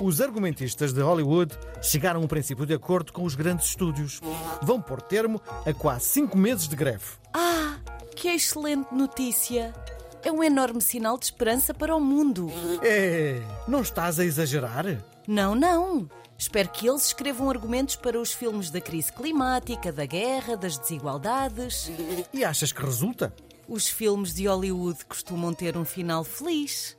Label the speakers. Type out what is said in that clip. Speaker 1: Os argumentistas de Hollywood chegaram a um princípio de acordo com os grandes estúdios. Vão pôr termo a quase cinco meses de greve.
Speaker 2: Ah, que excelente notícia! É um enorme sinal de esperança para o mundo.
Speaker 1: É, não estás a exagerar?
Speaker 2: Não, não. Espero que eles escrevam argumentos para os filmes da crise climática, da guerra, das desigualdades.
Speaker 1: E achas que resulta?
Speaker 2: Os filmes de Hollywood costumam ter um final feliz.